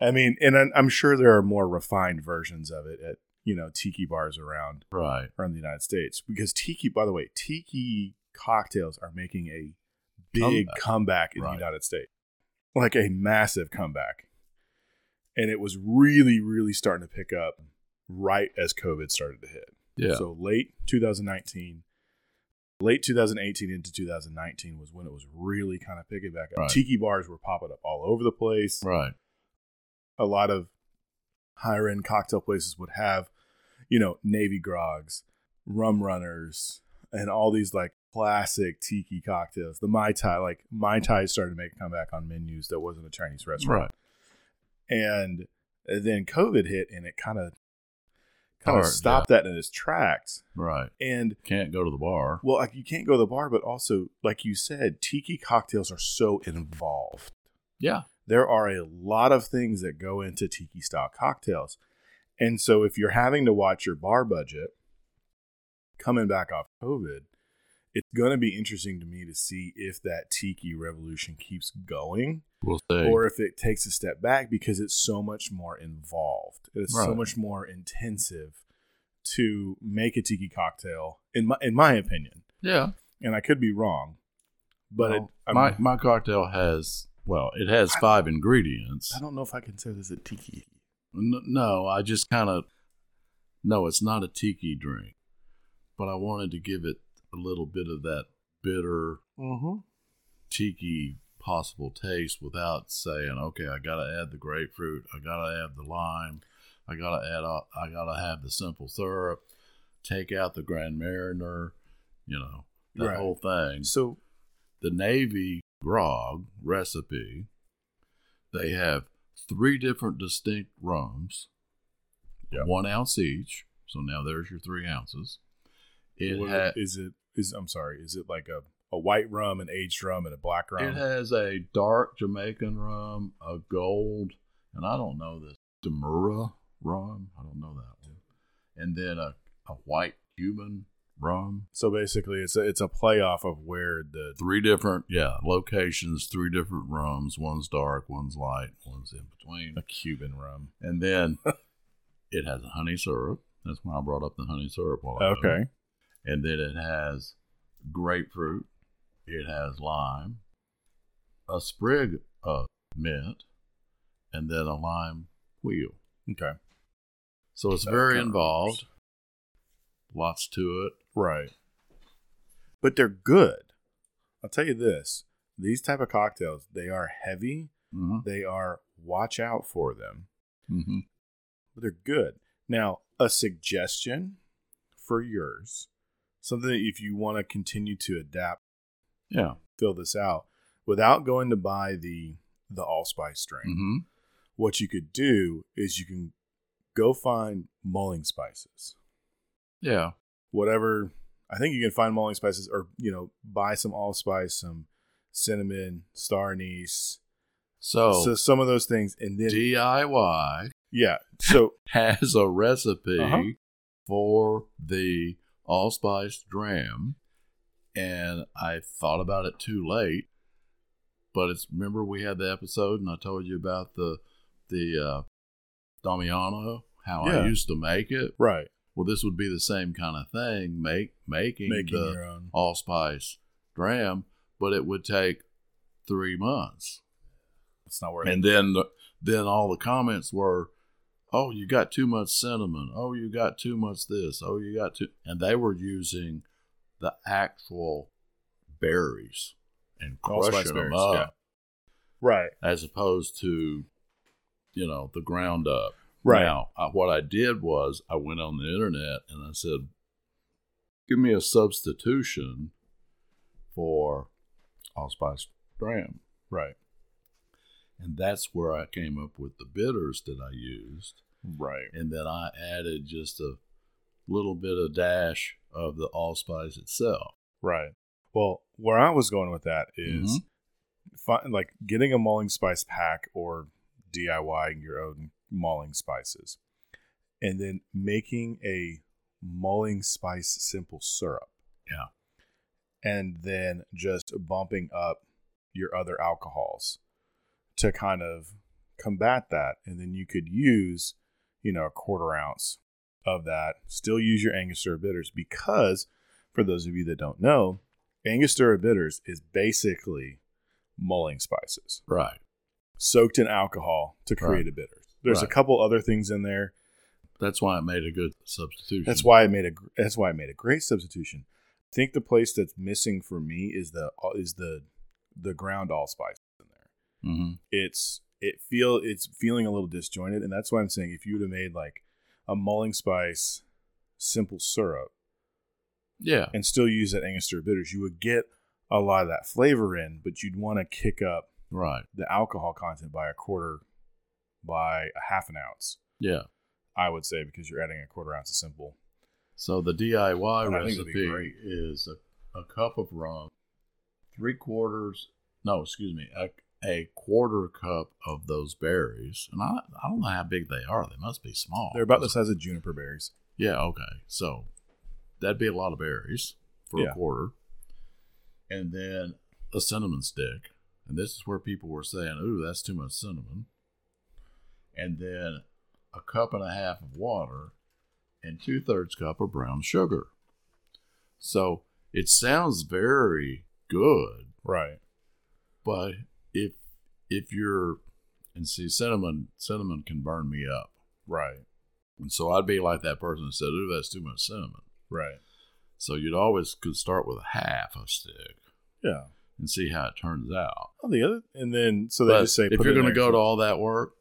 I mean, and I'm- I'm sure there are more refined versions of it at you know tiki bars around right. around the United States because tiki, by the way, tiki cocktails are making a big Comeback. comeback, in Right. the United States, like a massive comeback, and it was really really starting to pick up right as COVID started to hit. Yeah. So late 2019, late 2018 into 2019 was when it was really kind of picking back up. Right. Tiki bars were popping up all over the place right. a lot of higher end cocktail places would have, you know, navy grogs, rum runners, and all these like classic tiki cocktails. The mai tai, like mai tai, started to make a comeback on menus that wasn't a Chinese restaurant. Right. And then COVID hit, and it kind of kind Hard, of yeah. stopped that in its tracks. Right. And Can't go to the bar. well, like you can't go to the bar, but also, like you said, tiki cocktails are so involved Yeah. there are a lot of things that go into tiki style cocktails. And so if you're having to watch your bar budget coming back off COVID, it's going to be interesting to me to see if that tiki revolution keeps going We'll say. or if it takes a step back because it's so much more involved. It's so Right. much more intensive to make a tiki cocktail in my in my opinion. yeah. And I could be wrong, but Well, it, I'm- my, my cocktail has, well, it has I- five ingredients. I don't know if I consider this a tiki. N- No, I just kind of. No, it's not a tiki drink, but I wanted to give it a little bit of that bitter Mm-hmm. tiki possible taste without saying, okay, I gotta add the grapefruit, I gotta add the lime, I gotta add, all- I gotta have the simple syrup, take out the Grand Mariner, you know, that Right. whole thing So the Navy grog recipe, they have three different distinct rums, Yep. one ounce each. So now there's your three ounces. It, What ha- is it is I'm sorry, is it like a, a white rum, an aged rum, and a black rum? it has a dark Jamaican rum, a gold, and I don't know this Demura rum. I don't know that one. And then a, a white Cuban rum. So basically, it's a, it's a playoff of where the Three different, yeah, locations, three different rums. One's dark, one's light, one's in between. a Cuban rum. And then it has a honey syrup. That's why I brought up the honey syrup. While I was- Okay, And then it has grapefruit. It has lime, a sprig of mint, and then a lime wheel. okay, So it's That very kind of involved. Lots to it. right. But they're good. I'll tell you this: these type of cocktails, they are heavy. Mm-hmm. They are watch out for them. Mm-hmm. but they're good. Now, a suggestion for yours, something that if you want to continue to adapt, Yeah. fill this out without going to buy the the allspice drink. Mm-hmm. What you could do is you can go find mulling spices, Yeah. whatever. I think you can find mulling spices, or you know, buy some allspice, some cinnamon, star anise, So, so some of those things, and then DIY yeah. So has a recipe Uh-huh. for the allspice dram, and I thought about it too late. But it's remember we had the episode, and I told you about the the uh, Damiano, how Yeah. I used to make it. right, Well, this would be the same kind of thing. Make making, making the your own. allspice dram, but it would take three months. It's not worth it. And then the, then all the comments were, "Oh, you got too much cinnamon. Oh, you got too much this. Oh, you got too." And they were using the actual berries and Allspice crushing them berries, up Right, as opposed to, you know, the ground up. right. Now, I, what I did was I went on the internet and I said, "Give me a substitution for allspice dram," Right. and that's where I came up with the bitters that I used, Right. and then I added just a little bit of dash of the allspice itself. Right. Well, where I was going with that is fi- like getting a mulling spice pack or DIYing your own mulling spices and then making a mulling spice simple syrup. Yeah. And then just bumping up your other alcohols to kind of combat that. And then you could use, you know, a quarter ounce of that. Still use your Angostura bitters because, for those of you that don't know, Angostura bitters is basically mulling spices Right. soaked in alcohol to create a bitter. There's a Right. couple other things in there. That's why it made a good substitution. That's why I made a gr- that's why I made a great substitution. I think the place that's missing for me is the is the the ground allspice in there. hmm it's it feel it's feeling a little disjointed and that's why i'm saying if you would have made like a mulling spice simple syrup Yeah. and still use that angostura bitters you would get a lot of that flavor in but you'd want to kick up Right. the alcohol content by a quarter by a half an ounce Yeah. i would say because you're adding a quarter ounce of simple So the DIY And I think it'd be recipe great. is a, a cup of rum, three quarters, no, excuse me, a, a quarter cup of those berries. And I, I don't know how big they are. They must be small. they're about the size of juniper berries Yeah, okay. So that'd be a lot of berries for Yeah. a quarter. And then a cinnamon stick. And this is where people were saying, ooh, that's too much cinnamon. And then a cup and a half of water and two thirds cup of brown sugar. So it sounds very good, right but if if you're and see cinnamon cinnamon can burn me up. right And so I'd be like that person that said, ooh, that's too much cinnamon. right So you'd always could start with a half a stick yeah and see how it turns out. well, the other and then so they But just say if put you're it in going to there go to all that work,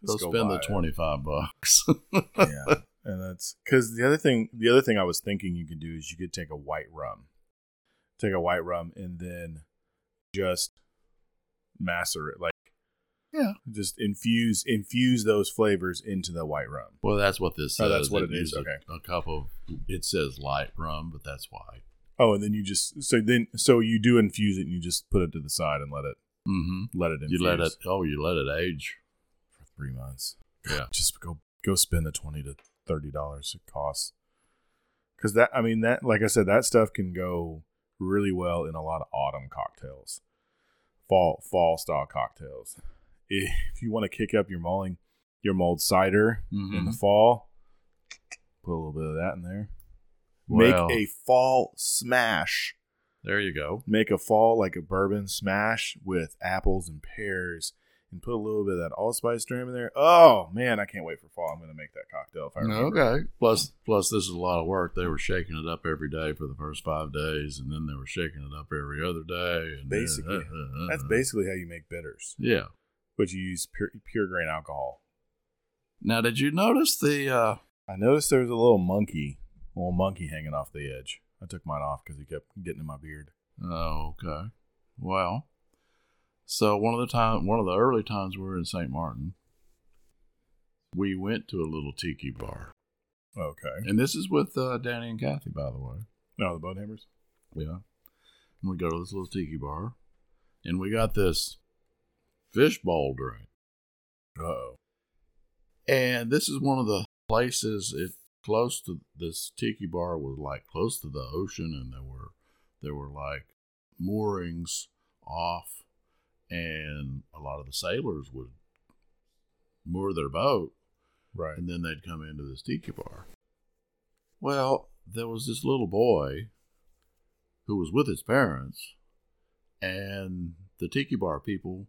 for- go just go spend the buy it. twenty five bucks. yeah, and that's because the other thing, the other thing I was thinking you could do is you could take a white rum, take a white rum, and then just macerate, like Yeah. just infuse infuse those flavors into the white rum. well, that's what this. Oh, Says. that's what it is, uses okay. a cup of it says light rum, but that's why. Oh, and then you just so then so you do infuse it, and you just put it to the side and let it Mm-hmm. let it infuse. You let it. Oh, you let it age three months. Yeah. Just go go spend the twenty to thirty dollars it costs. Because that, I mean, that like I said, that stuff can go really well in a lot of autumn cocktails, fall fall style cocktails. If you want to kick up your mulling, your mulled cider in the Mhm. fall, put a little bit of that in there. Well, Make a fall smash there you go. make a fall like a bourbon smash with apples and pears and put a little bit of that allspice jam in there. Oh man, I can't wait for fall. I'm gonna make that cocktail if I remember. Okay. Plus, plus, this is a lot of work. They were shaking it up every day for the first five days, and then they were shaking it up every other day. And uh, then- Basically. That's basically how you make bitters, Yeah. but you use pure, pure grain alcohol. Now, did you notice the? uh I noticed there was a little monkey, a little monkey hanging off the edge. I took mine off because he kept getting in my beard. Oh, okay. Well, so one of the time, one of the early times we were in St. Martin, we went to a little tiki bar, Okay. and this is with uh, Danny and Kathy, by the way. No, the bone hammers. Yeah. And we go to this little tiki bar, and we got this fishbowl drink. Uh oh. And this is one of the places it close to this tiki bar was like close to the ocean and there were there were like moorings off and a lot of the sailors would moor their boat Right. and then they'd come into this tiki bar. Well, there was this little boy who was with his parents, and the tiki bar people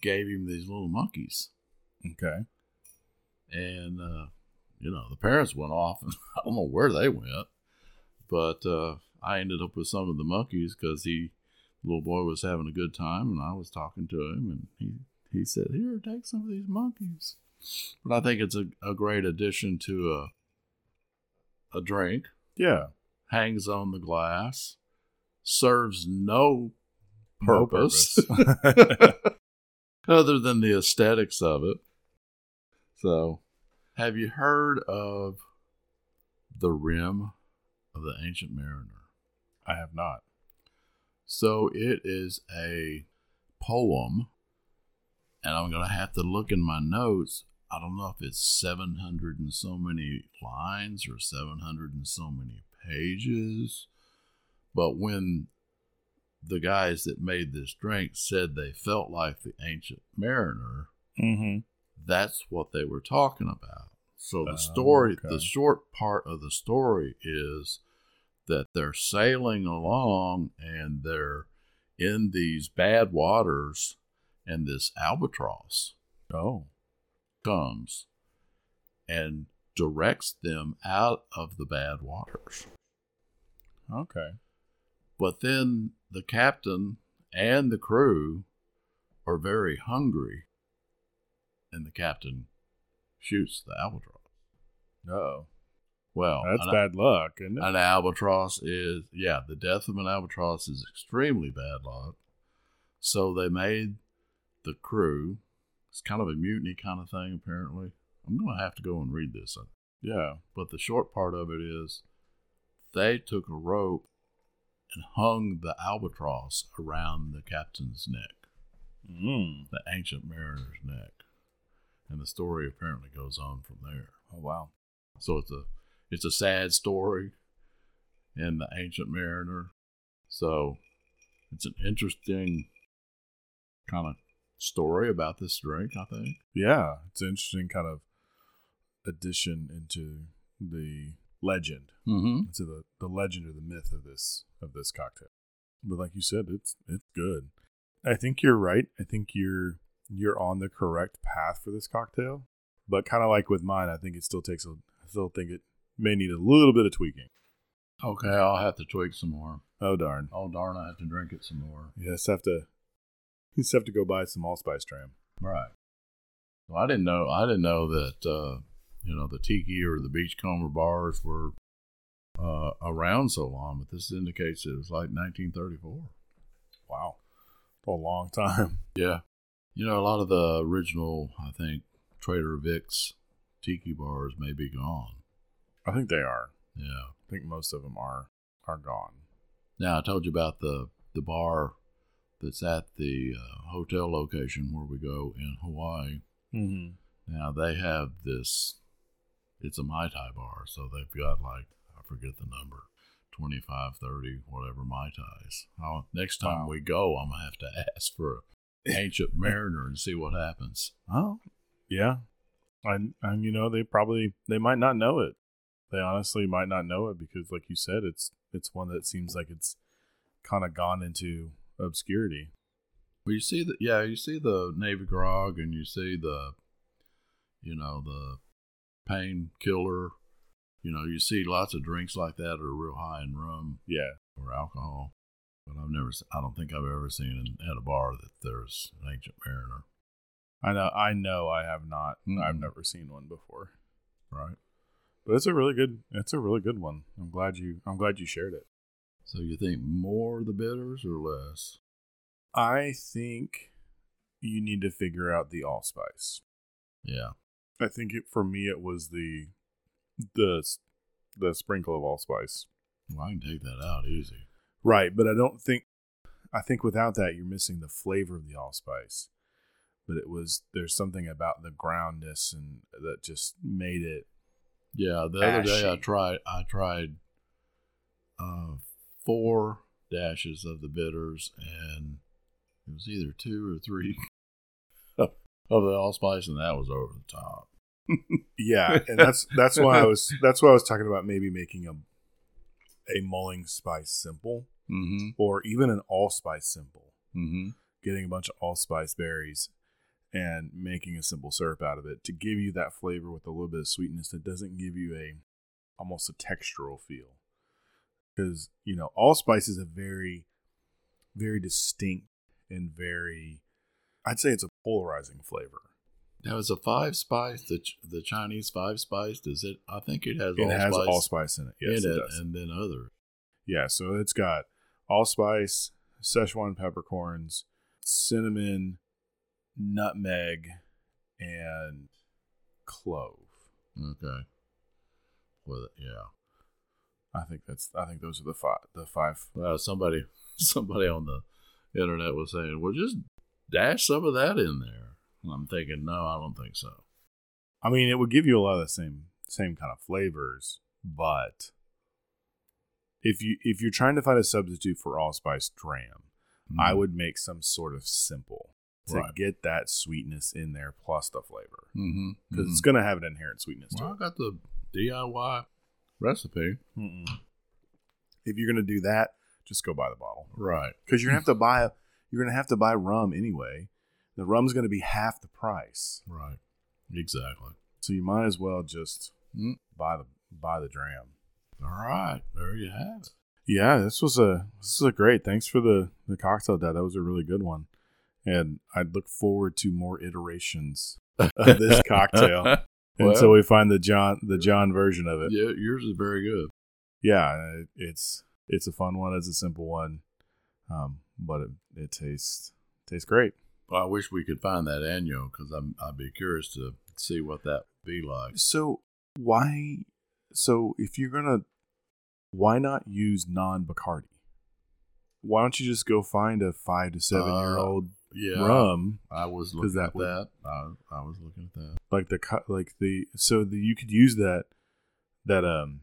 gave him these little monkeys. Okay. And, uh, you know, the parents went off, and I don't know where they went, but uh, I ended up with some of the monkeys because he, the little boy, was having a good time, and I was talking to him, and he, he said, Here, take some of these monkeys but I think it's a, a great addition to a a drink. Yeah. Hangs on the glass, serves no No purpose, purpose. other than the aesthetics of it. So, have you heard of the rim of the ancient mariner? I have not. So it is a poem, and I'm going to have to look in my notes. I don't know if it's 700 and so many lines or 700 and so many pages, but when the guys that made this drink said they felt like the ancient mariner, Mm-hmm. that's what they were talking about. So Oh, the story, okay. the short part of the story is that they're sailing along and they're in these bad waters, and this albatross Oh. comes and directs them out of the bad waters. Okay. But then the captain and the crew are very hungry, and the captain shoots the albatross. Oh. Well, That's an, bad luck, isn't it? an albatross is yeah. The death of an albatross is extremely bad luck. So they made the crew. It's kind of a mutiny kind of thing. Apparently, I'm gonna have to go and read this. uh, yeah. But the short part of it is, they took a rope and hung the albatross around the captain's neck, Mm. the ancient mariner's neck, and the story apparently goes on from there. Oh wow. So it's a it's a sad story in the ancient mariner. So it's an interesting kind of story about this drink, I think. Yeah, it's an interesting kind of addition into the legend, Mm-hmm. into the, the legend or the myth of this of this cocktail. But like you said, it's it's good. I think you're right. I think you're you're on the correct path for this cocktail. But kind of like with mine, I think it still takes a I still think it may need a little bit of tweaking. Okay, I'll have to tweak some more. Oh darn. Oh darn, I have to drink it some more. You just have to you just have to go buy some allspice dram. Right. Well, I didn't know. I didn't know that uh, you know the tiki or the beachcomber bars were uh, around so long, but this indicates it was like 1934. Wow. A long time. Yeah. You know, a lot of the original, I think, Trader Vic's tiki bars may be gone. I think they are. Yeah. I think most of them are are gone. Now, I told you about the, the bar that's at the uh, hotel location where we go in Hawaii. Mm-hmm. Now they have this. It's a Mai Tai bar, so they've got like I forget the number, 25, 30, whatever Mai Tais. I'll, next time Wow. we go, I'm gonna have to ask for an ancient mariner and see what happens. Oh, yeah. And and you know they probably they might not know it. They honestly might not know it because, like you said, it's it's one that seems like it's kind of gone into obscurity. Well, you see the yeah, you see the Navy grog, and you see the, you know, the painkiller. You know, you see lots of drinks like that that are real high in rum Yeah. or alcohol, but I've never, s- I don't think I've ever seen in, at a bar that there's an ancient mariner, I know. I know. I have not. I've Mhm. never seen one before. right? But it's a really good. It's a really good one. I'm glad you. I'm glad you shared it. So you think more of the bitters or less? I think you need to figure out the allspice. Yeah, I think it for me it was the the the sprinkle of allspice. well, I can take that out easy. Right, but I don't think I think without that you're missing the flavor of the allspice. But it was there's something about the groundness and that just made it Yeah, the other day I Ashy. tried, I tried uh, four dashes of the bitters, and it was either two or three of the allspice, and that was over the top. Yeah, and that's that's why I was that's why I was talking about maybe making a a mulling spice simple Mm-hmm. or even an allspice simple. Mm-hmm. getting a bunch of allspice berries and making a simple syrup out of it to give you that flavor with a little bit of sweetness that doesn't give you a almost a textural feel because you know allspice is a very very distinct and very i'd say it's a polarizing flavor Now is a five spice the Ch- the Chinese five spice. Does it? I think it has it has allspice allspice in it yes in it, it, does and then other. yeah so it's got allspice szechuan peppercorns cinnamon nutmeg and clove Okay. Well, yeah. I think that's. I think those are the five. The five. Well, uh, somebody somebody on the internet was saying, "Well, just dash some of that in there." And I'm thinking, no, I don't think so. I mean, it would give you a lot of the same same kind of flavors, but if you if you're trying to find a substitute for allspice dram, I would make some sort of simple to Mm. Right. get that sweetness in there plus the flavor Mm-hmm. because it's going to have an inherent sweetness Well, I to got the DIY recipe. it. Mm-mm. If you're going to do that, just go buy the bottle Right. because you're gonna have to buy you're gonna have to buy rum anyway. The rum's going to be half the price, Right. Exactly. so you might as well just Mm. buy the buy the dram. All right. There you have it. Yeah, this was a this is a great. Thanks for the the cocktail dad. That was a really good one, and I look forward to more iterations of this cocktail until Well- we find the John the John version of it. Yeah, yeah, yours is very good. it- it's it's a fun one. It's a simple one, um, but it, it tastes tastes great. Well, I wish we could find that annual because I'm I'd be curious to see what that be like. So why? So if you're gonna, why not use non Bacardi? Why don't you just go find a five to seven year old Yeah, rum? I was 'Cause looking that at would- that. I, I was looking at that. like the cut like the so the, you could use that that um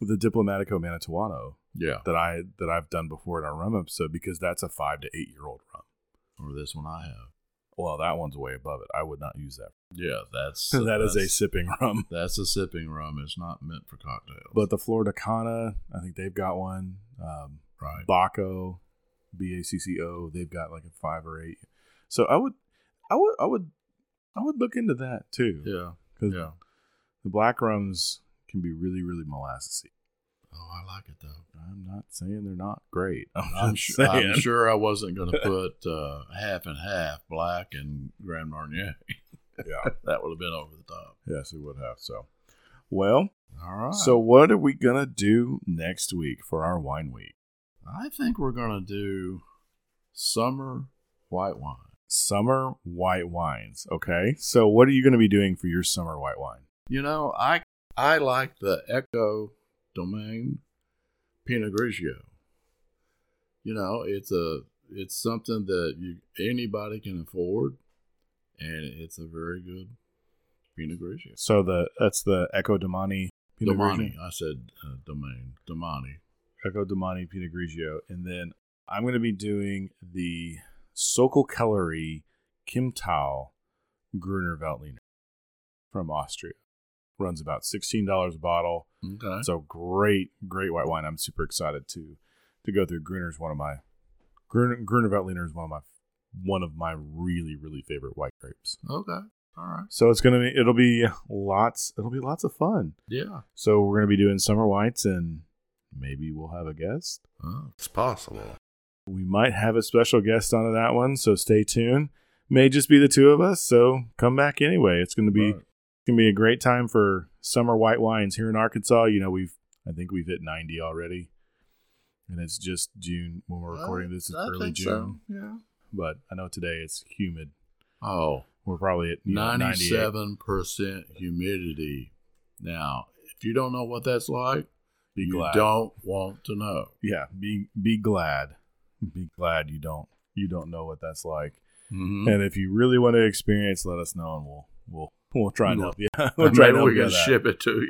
the diplomatico manitouano Yeah, that i that i've done before in our rum episode because that's a five to eight year old rum or this one I have. well that one's way above it i would not use that Yeah, that's that is a that's- sipping rum that's a sipping rum. It's not meant for cocktails. but the florida cana i think they've got one um right, Baco, B A C C O. They've got like a five or eight. So I would, I would, I would, I would look into that too. yeah, 'Cause yeah. the black rums can be really, really molassesy. Oh, I like it though. I'm not saying they're not great. I'm, I'm just sure. I'm saying. sure I wasn't going to put uh, half and half black and Grand Marnier. Yeah. that would have been over the top. Yes, it would have. So, well, All right. so what are we gonna do next week for our wine week? I think we're going to do summer white wine. Summer white wines. Okay. So, what are you gonna be doing for your summer white wine? You know, I I like the Echo Domain Pinot Grigio. You know, it's a it's something that you anybody can afford. and it's a very good Pinot Grigio. So the that's the Echo Domani Pinot Domani, Grigio. I said uh, domain, Domani. Echo Domani Pinot Grigio, and then I'm going to be doing the Sokol Kellery Kimtau Gruner Veltliner from Austria. Runs about sixteen dollars a bottle. Okay, So great, great white wine. I'm super excited to to go through. Gruner's one of my Gruner, Gruner Veltliner is one of my one of my really really favorite white grapes. okay, all right, So it's gonna be it'll be lots it'll be lots of fun. yeah, So we're gonna be doing summer whites and maybe we'll have a guest. oh, It's possible. We might have a special guest onto that one, so stay tuned. May just be the two of us, so come back anyway. It's gonna be right. it's gonna be a great time for summer white wines here in Arkansas. You know, we've I think we've hit ninety already. And it's just June when we're recording this is I early think June. so, Yeah. But I know today it's humid. Oh, We're probably at you know, 98. 97 percent humidity. Now, if you don't know what that's like, Be you glad. don't want to know. yeah be be glad be glad you don't you don't know what that's like Mm-hmm. and if you really want to experience let us know and we'll we'll we'll try and We'll- help you we'll try and maybe help we you can with that. ship it to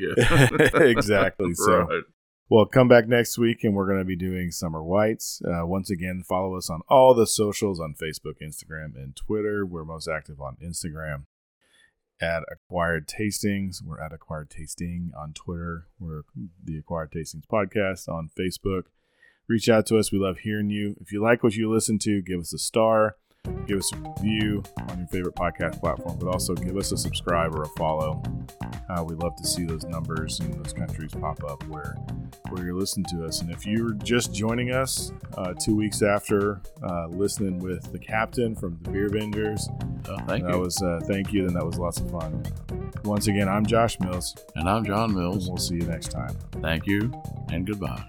you. Exactly, so. Right. well come back next week and we're going to be doing summer whites uh, once again follow us on all the socials on facebook instagram and twitter we're most active on instagram at acquired tastings we're at acquired tasting on twitter we're the acquired tastings podcast on facebook reach out to us. We love hearing you. If you like what you listen to, give us a star, give us a review on your favorite podcast platform, but also give us a subscribe or a follow. Uh, we love to see those numbers and those countries pop up where where you're listening to us. And if you're just joining us uh, two weeks after uh, listening with the captain from the Beer Avengers, Oh, thank that you. was uh, thank you, and that was lots of fun. Once again, I'm Josh Mills, and I'm John and Mills. we'll see you next time. Thank you and goodbye.